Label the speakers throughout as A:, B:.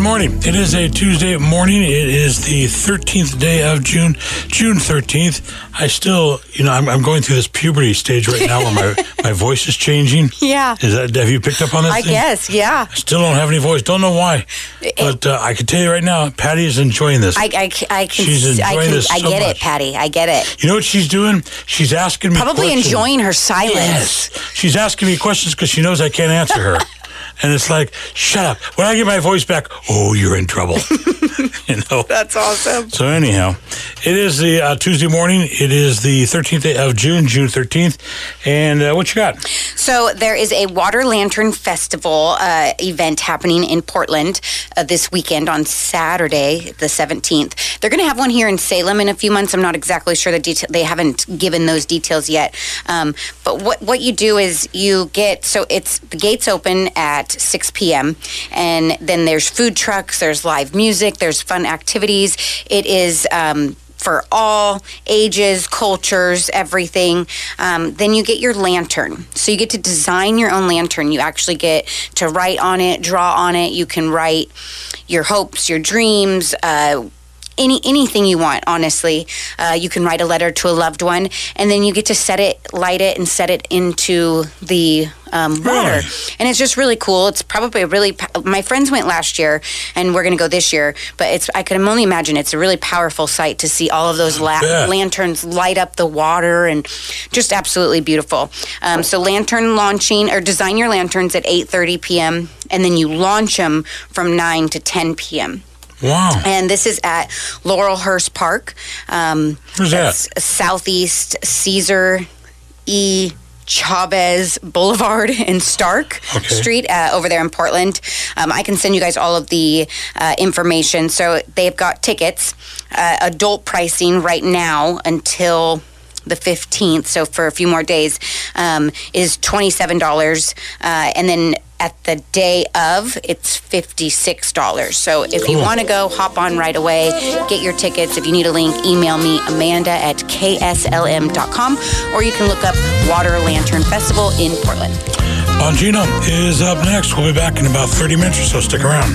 A: morning. It is a Tuesday morning. It is the 13th day of June, June 13th. I still, you know, I'm, I'm going through this puberty stage right now where my, my voice is changing.
B: Yeah.
A: Is that, have you picked up on this?
B: I
A: thing?
B: guess, yeah.
A: I still don't have any voice. Don't know why. But uh, I can tell you right now, Patty is enjoying this.
B: I, I, c- I can,
A: She's
B: I,
A: enjoying
B: can
A: this
B: I
A: so
B: get
A: much.
B: it, Patty. I get it.
A: you know what she's doing? She's asking me
B: Probably
A: questions.
B: enjoying her silence.
A: Yes. She's asking me questions because she knows I can't answer her. and it's like, shut up. When I get my voice back, oh, you're in trouble. you know?
B: That's awesome.
A: So anyhow, it is the uh, Tuesday morning. It is the 13th day of June, June 13th. And uh, what you got?
B: So there is a water lantern festival uh, event happening in Portland uh, this weekend on Saturday, the seventeenth. They're going to have one here in Salem in a few months. I'm not exactly sure the detail. They haven't given those details yet. Um, but what what you do is you get so it's the gates open at six p.m. and then there's food trucks, there's live music, there's fun activities. It is. Um, for all ages, cultures, everything. Um, then you get your lantern. So you get to design your own lantern. You actually get to write on it, draw on it. You can write your hopes, your dreams. Uh, any anything you want honestly uh, you can write a letter to a loved one and then you get to set it light it and set it into the um, water
A: Really?
B: and it's just really cool it's probably a really po- my friends went last year and we're going to go this year but it's i can only imagine it's a really powerful sight to see all of those la-
A: bet.
B: lanterns light up the water and just absolutely beautiful um, so lantern launching or design your lanterns at 8.30 p.m and then you launch them from 9 to 10 p.m
A: Wow.
B: and this is at Laurelhurst Park. Um,
A: Where's that?
B: that's Southeast Caesar E. Chavez Boulevard and Stark
A: Okay.
B: Street uh, over there in Portland. Um, I can send you guys all of the uh, information. So they've got tickets, uh, adult pricing right now until the 15th. So for a few more days um, is $27. Uh, and then at the day of, it's $56. So if you
A: Cool.
B: want to go, hop on right away, get your tickets. If you need a link, email me, Amanda at kslm.com, or you can look up Water Lantern Festival in Portland.
A: Bongino is up next. We'll be back in about 30 minutes or so. Stick around.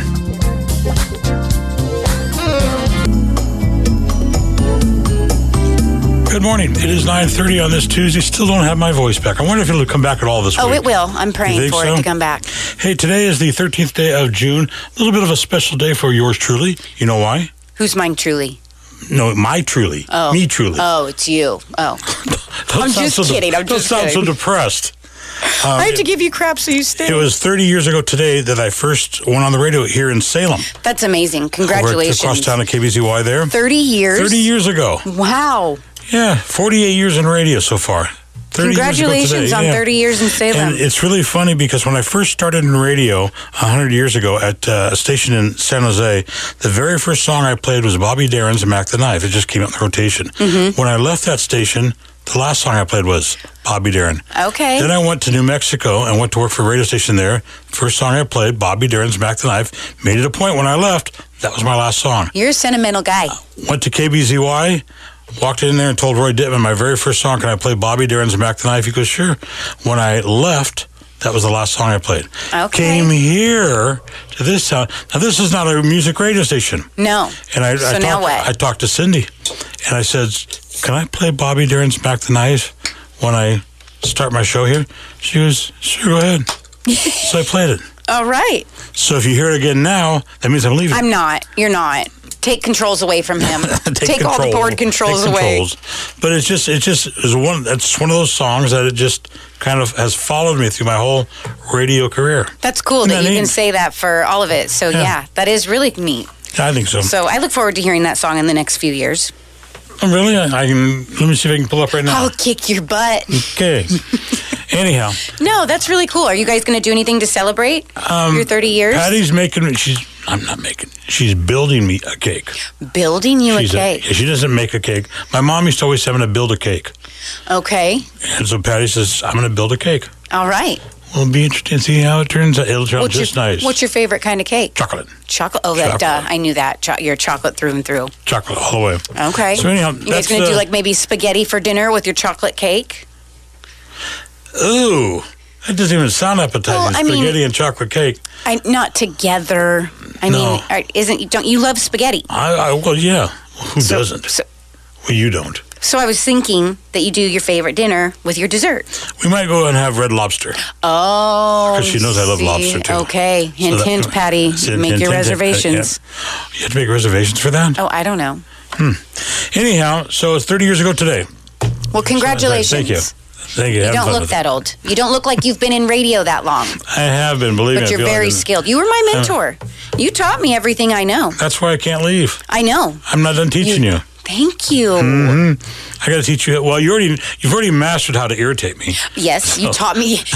A: Good morning. It is 9.30 on this Tuesday. Still don't have my voice back. I wonder if it'll come back at all this
B: Oh,
A: week.
B: it will. I'm praying
A: think
B: for
A: so?
B: it to come back.
A: Hey, today is the 13th day of June. A little bit of a special day for yours truly. You know why?
B: Who's mine truly?
A: No, my truly.
B: Oh.
A: Me truly.
B: Oh, it's you.
A: Um,
B: Oh.
A: Don't
B: I'm
A: sound
B: just
A: so de-
B: kidding. I'm
A: don't
B: just
A: sound so
B: kidding.
A: depressed. Um,
B: I have to give you crap so you stay.
A: It was 30 years ago today that I first went on the radio here in Salem.
B: That's amazing.
A: Worked across
B: Congratulations.
A: town at KBZY there.
B: 30 years.
A: 30 years ago.
B: Wow.
A: Yeah, 48 years in radio so far. 30 years ago today,
B: Congratulations on
A: yeah.
B: 30 years in Salem.
A: And it's really funny because when I first started in radio 100 years ago at uh, a station in San Jose, the very first song I played was Bobby Darin's Mac the Knife. It just came out in the rotation.
B: Mm-hmm.
A: When I left that station, the last song I played was Bobby Darin.
B: okay.
A: Then I went to New Mexico and went to work for a radio station there. First song I played, Bobby Darin's Mac the Knife. Made it a point when I left, that was my last song.
B: You're a sentimental guy.
A: Went to KBZY, walked in there and told Roy Dittman, my very first song, can I play Bobby Darin's Mac the Knife? He goes, sure. When I left, that was the last song I played.
B: Okay.
A: Came here to this town. Now, this is not a music radio station.
B: No.
A: And I, I,
B: So
A: talked,
B: now what?
A: I talked to Cindy and I said, Can I play Bobby Darin's Back the Knife when I start my show here? She goes, Sure, go ahead. so I played it.
B: All right.
A: So if you hear it again now, that means I'm leaving.
B: I'm not. You're not. Take controls away from him. Take, all the
A: control.
B: board controls
A: Take
B: away.
A: controls. But it's just, it just is one, that's one of those songs that it just kind of has followed me through my whole radio career.
B: That's cool
A: Isn't
B: that
A: that
B: you
A: neat?
B: can say that for all of it. So, yeah. that is really neat.
A: I think so.
B: So, I look forward to hearing that song in the next few years.
A: Oh, really? I, I can, let me see if I can pull up right now.
B: I'll kick your butt.
A: Okay. Anyhow.
B: No, that's really cool. Are you guys going to do anything to celebrate
A: Um,
B: your 30 years?
A: Patty's making me. She's. I'm not making. She's building me a cake.
B: Building you
A: She's
B: a
A: a-
B: cake.
A: she doesn't make a cake. My mom used to always say, "I'm going to build a cake,"
B: okay.
A: and so Patty says, "I'm going to build a cake."
B: All right.
A: Well, it'll be interesting to see how it turns out. It'll turn out just
B: your,
A: nice.
B: What's your favorite kind of cake?
A: chocolate?
B: Chocolate. Oh, that, duh.
A: Chocolate.
B: I knew that. Cho- you're chocolate through and through.
A: Chocolate all the way.
B: Okay.
A: So anyhow,
B: you guys
A: that's,
B: going to
A: uh,
B: do like maybe spaghetti for dinner with your chocolate cake?
A: Ooh, That doesn't even sound appetizing.
B: Well, I mean-
A: Spaghetti and chocolate cake.
B: I, not together. I
A: No.
B: mean, are- isn't don't you love spaghetti?
A: I, I well, yeah. Who doesn't?
B: So,
A: well, you don't.
B: so I was thinking that you do your favorite dinner with your dessert.
A: We might go and have red lobster.
B: Oh,
A: 'Cause she knows I love lobster, too.
B: Okay,
A: So
B: hint,
A: that- uh,
B: hint, Patty,
A: Hint,
B: make
A: hint,
B: your
A: hint, hint,
B: reservations.
A: yeah. You have to make reservations for that.
B: Oh, I don't know.
A: Anyhow, so it's 30 years ago today.
B: Well, congratulations.
A: Thank you. Thank you.
B: You don't look that old. You don't look like you've been in radio that long,
A: I have been, believe me.
B: but
A: I
B: you're
A: feel like
B: very
A: it-
B: skilled. You were my mentor. You taught me everything I know.
A: That's why I can't leave.
B: I know.
A: I'm not done teaching you.
B: Thank you.
A: I got to teach you. Well, you already you've already mastered how to irritate me.
B: Yes, you taught me.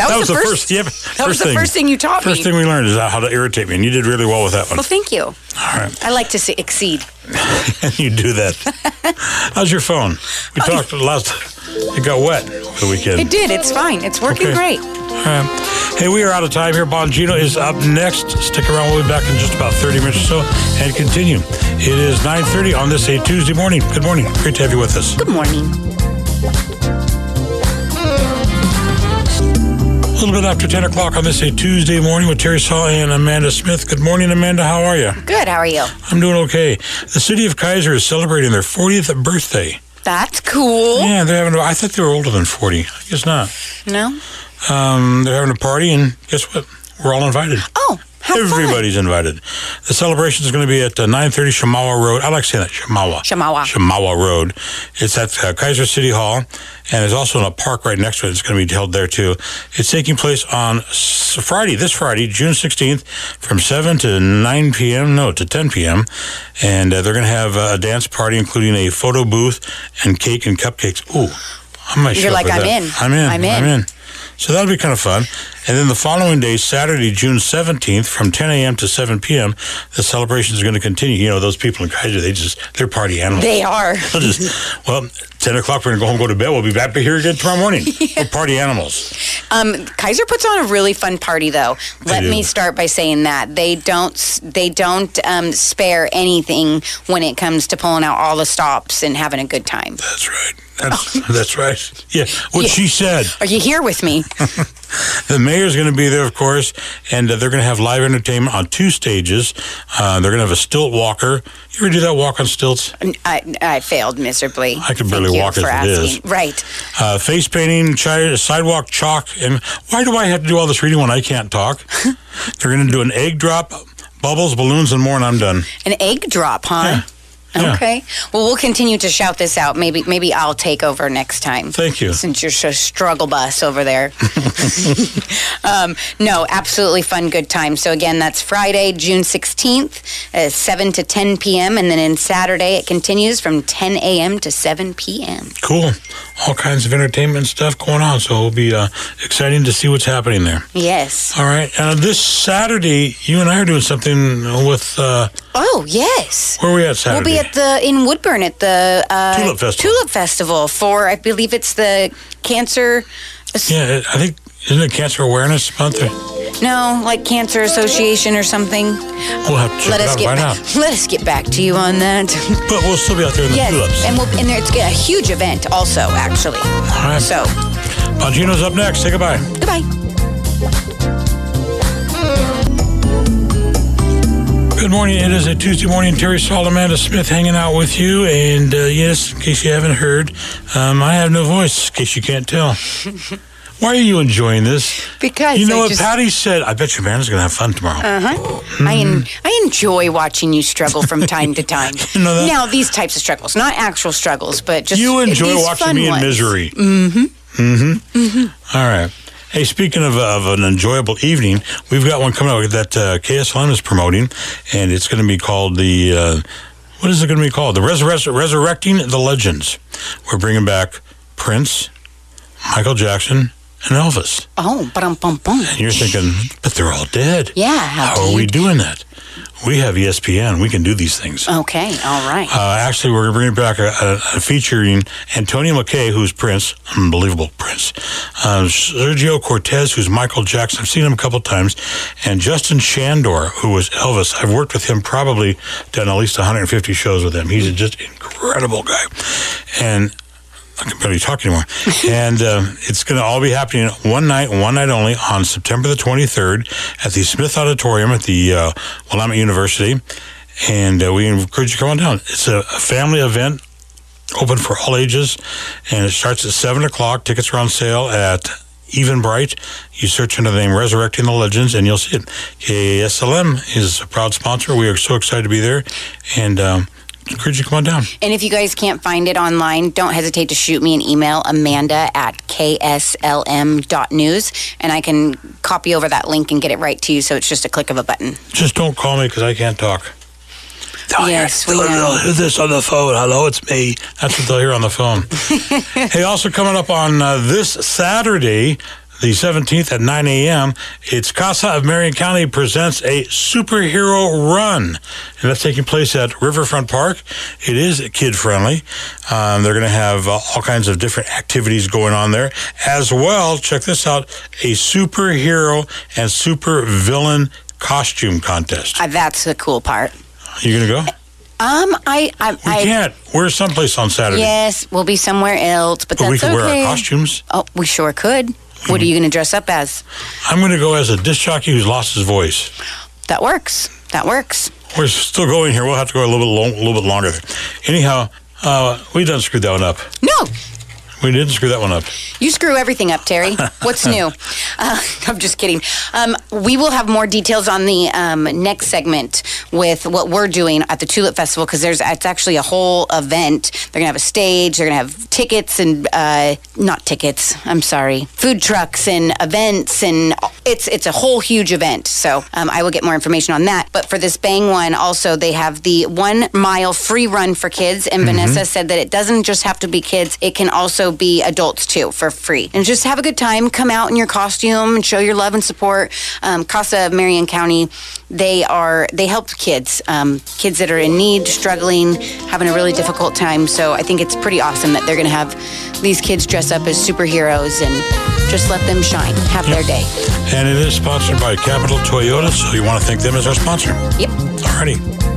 B: That was, the first.
A: yep,
B: that was the first thing you taught
A: First
B: me.
A: thing we learned is how to irritate me, and you did really well with that one.
B: Well, thank you.
A: All right,
B: I like to see, exceed.
A: you do that. How's your phone? We talked last. It got wet over the weekend.
B: Oh, It did. It's fine. It's working
A: Okay.
B: great.
A: Um, hey, we are out of time here. Bongino is up next. Stick around. We'll be back in just about 30 minutes or so and continue. It is 9.30 on this a Tuesday morning. Good morning. Great to have you with us.
B: Good morning.
A: A little bit after 10 o'clock on this a Tuesday morning with Terry Saw and Amanda Smith. Good morning, Amanda. How are you?
B: Good. How are you?
A: I'm doing okay. The city of Kaiser is celebrating their 40th birthday.
B: That's cool.
A: Yeah, they're having. A, I thought they were older than 40. I guess not.
B: No.
A: Um, they're having a party, and guess what? We're all invited.
B: Oh, how fun.
A: Everybody's invited. The celebration is going to be at uh, 930 Shamawa Road. I like saying that, Shamawa.
B: Shamawa.
A: Shamawa Road. It's at uh, Kaiser City Hall, and there's also in a park right next to it. It's going to be held there too. It's taking place on s- Friday, this Friday, June 16th, from 7 to 9 p.m. No, to 10 p.m. And uh, they're going to have uh, a dance party, including a photo booth and cake and cupcakes. Ooh, I might
B: You're
A: show up
B: like,
A: for
B: I'm
A: that.
B: in.
A: I'm in.
B: I'm in.
A: I'm in. So that'll be kind of fun. And then the following day, Saturday, June 17th, from 10 a.m. to 7 p.m., the celebration is going to continue. You know, those people in Kaiser, they just, they're party animals.
B: They are.
A: They'll just, well, 10 o'clock, we're going to go home, go to bed. We'll be back here again tomorrow morning. We're party animals.
B: Um, Kaiser puts on a really fun party, though. Let
A: do.
B: me start by saying that they don't s- they don't um, spare anything when it comes to pulling out all the stops and having a good time.
A: That's right. That's, that's right. Yeah, what she said.
B: Are you here with me?
A: The mayor's going to be there, of course, and uh, they're going to have live entertainment on two stages. Uh, they're going to have a stilt walker. You ever do that walk on stilts?
B: I, I failed miserably.
A: I could
B: Thank
A: barely
B: you
A: walk
B: for
A: as it is.
B: asking. Right.
A: uh, face painting, chi- sidewalk chalk, and why do I have to do all this reading when I can't talk? They're going to do an egg drop, bubbles, balloons, and more, and I'm done.
B: An egg drop, huh?
A: Yeah. Yeah.
B: Okay. Well, we'll continue to shout this out. Maybe maybe I'll take over next time.
A: Thank you.
B: Since you're so struggle bus over there. um, no, absolutely fun, good time. So again, that's Friday, June 16th, uh, 7 to 10 p.m. And then in Saturday, it continues from 10 a.m. to 7 p.m.
A: Cool. All kinds of entertainment stuff going on, so it'll be uh, exciting to see what's happening there.
B: Yes.
A: All right. Uh, this Saturday, you and I are doing something with, uh,
B: Oh, yes.
A: where are we at
B: We'll
A: Saturday?
B: be at the in Woodburn at the uh,
A: Tulip Festival.
B: Tulip Festival for I believe it's the cancer.
A: yeah, I think, isn't it Cancer Awareness Month?
B: No, like Cancer Association or something.
A: We'll have to check
B: Let
A: it
B: us
A: out
B: get
A: right
B: back,
A: now.
B: let us get back to you on that.
A: But we'll still be out there in the
B: yes,
A: tulips.
B: and we'll and there, it's a huge event also actually.
A: All right.
B: So
A: Bongino's up next. Say goodbye.
B: goodbye.
A: Good morning. It is a Tuesday morning. Terry Saul, Amanda Smith hanging out with you. And uh, yes, in case you haven't heard, um, I have no voice, in case you can't tell. Why are you enjoying this?
B: Because
A: you know
B: I
A: what
B: just-
A: Patty said? I bet you Amanda's going to have fun tomorrow.
B: I en- I enjoy watching you struggle from time to time.
A: Mm-hmm. You know that?
B: Now these types of struggles, not actual struggles, but just
A: you enjoy
B: these
A: watching
B: fun
A: me in
B: ones.
A: misery. Mm-hmm. Mm-hmm. Mm-hmm. All right. Hey, speaking of, of an enjoyable evening, we've got one coming up that uh, KSLM is promoting, and it's going to be called the. Uh, what is it going to be called? The Resurre- Resurrecting the Legends. We're bringing back Prince, Michael Jackson, and Elvis.
B: Oh, bum bum bum.
A: And you're thinking, but they're all dead.
B: Yeah. How,
A: How
B: do
A: are
B: you-
A: we doing that? We have E ESPN. We can do these things.
B: Okay. All right.
A: Uh, actually, we're bringing back a, a, a featuring Antonio McKay, who's Prince, unbelievable Prince, uh, Sergio Cortez, who's Michael Jackson. I've seen him a couple times, and Justin Shandor, who was Elvis. I've worked with him, probably done at least 150 shows with him. He's a just incredible guy, and I can barely talk anymore. and uh, it's going to all be happening one night, one night only, on September the 23rd at the Smith Auditorium at the uh, Willamette University. And uh, we encourage you to come on down. It's a, a family event, open for all ages, and it starts at 7 o'clock. Tickets are on sale at Even Bright. You search under the name Resurrecting the Legends, and you'll see it. KASLM is a proud sponsor. We are so excited to be there. And. Um, encourage you to come on down.
B: And if you guys can't find it online, don't hesitate to shoot me an email, amanda at kslm.news, and I can copy over that link and get it right to you. So it's just a click of a button.
A: Just don't call me because I can't talk. They'll
B: Yes,
A: hear,
B: we
A: they'll,
B: know.
A: they'll hear this on the phone. Hello, it's me. That's what they'll hear on the phone. hey, also coming up on uh, this Saturday, the 17th at 9 a.m., it's Casa of Marion County presents a superhero run. And that's taking place at Riverfront Park. It is kid friendly. Um, they're going to have uh, all kinds of different activities going on there. As well, check this out a superhero and super villain costume contest.
B: Uh, that's the cool part.
A: You going to go?
B: Um, I, I,
A: We
B: I
A: can't. We're someplace on Saturday.
B: yes, we'll be somewhere else, but
A: But
B: that's
A: we can
B: okay.
A: wear our Mhm. costumes.
B: Oh, we sure could. What are you going to dress up as?
A: I'm going to go as a disc jockey who's lost his voice.
B: That works. That works.
A: We're still going here. We'll have to go a little bit, long, a little bit longer. Anyhow, uh, we done screwed that one up.
B: No,
A: We didn't screw that one up.
B: You screw everything up, Terry. What's new? Uh, I'm just kidding. Um, we will have more details on the um, next segment with what we're doing at the Tulip Festival because there's it's actually a whole event. They're gonna have a stage. They're gonna have tickets and uh, not tickets. I'm sorry, food trucks and events and it's it's a whole huge event. So um, I will get more information on that. But for this Bang one, also they have the one mile free run for kids, and Vanessa said that it doesn't just have to be kids; it can also be adults too for free. And just have a good time. Come out in your costume and show your love and support. Um, Casa of Marion County, they are they help kids, um, kids that are in need, struggling, having a really difficult time. So I think it's pretty awesome that they're going to have these kids dress up as superheroes and just let them shine, have their day.
A: And it is sponsored by Capital Toyota, so you want to thank them as our sponsor.
B: Yep.
A: Alrighty.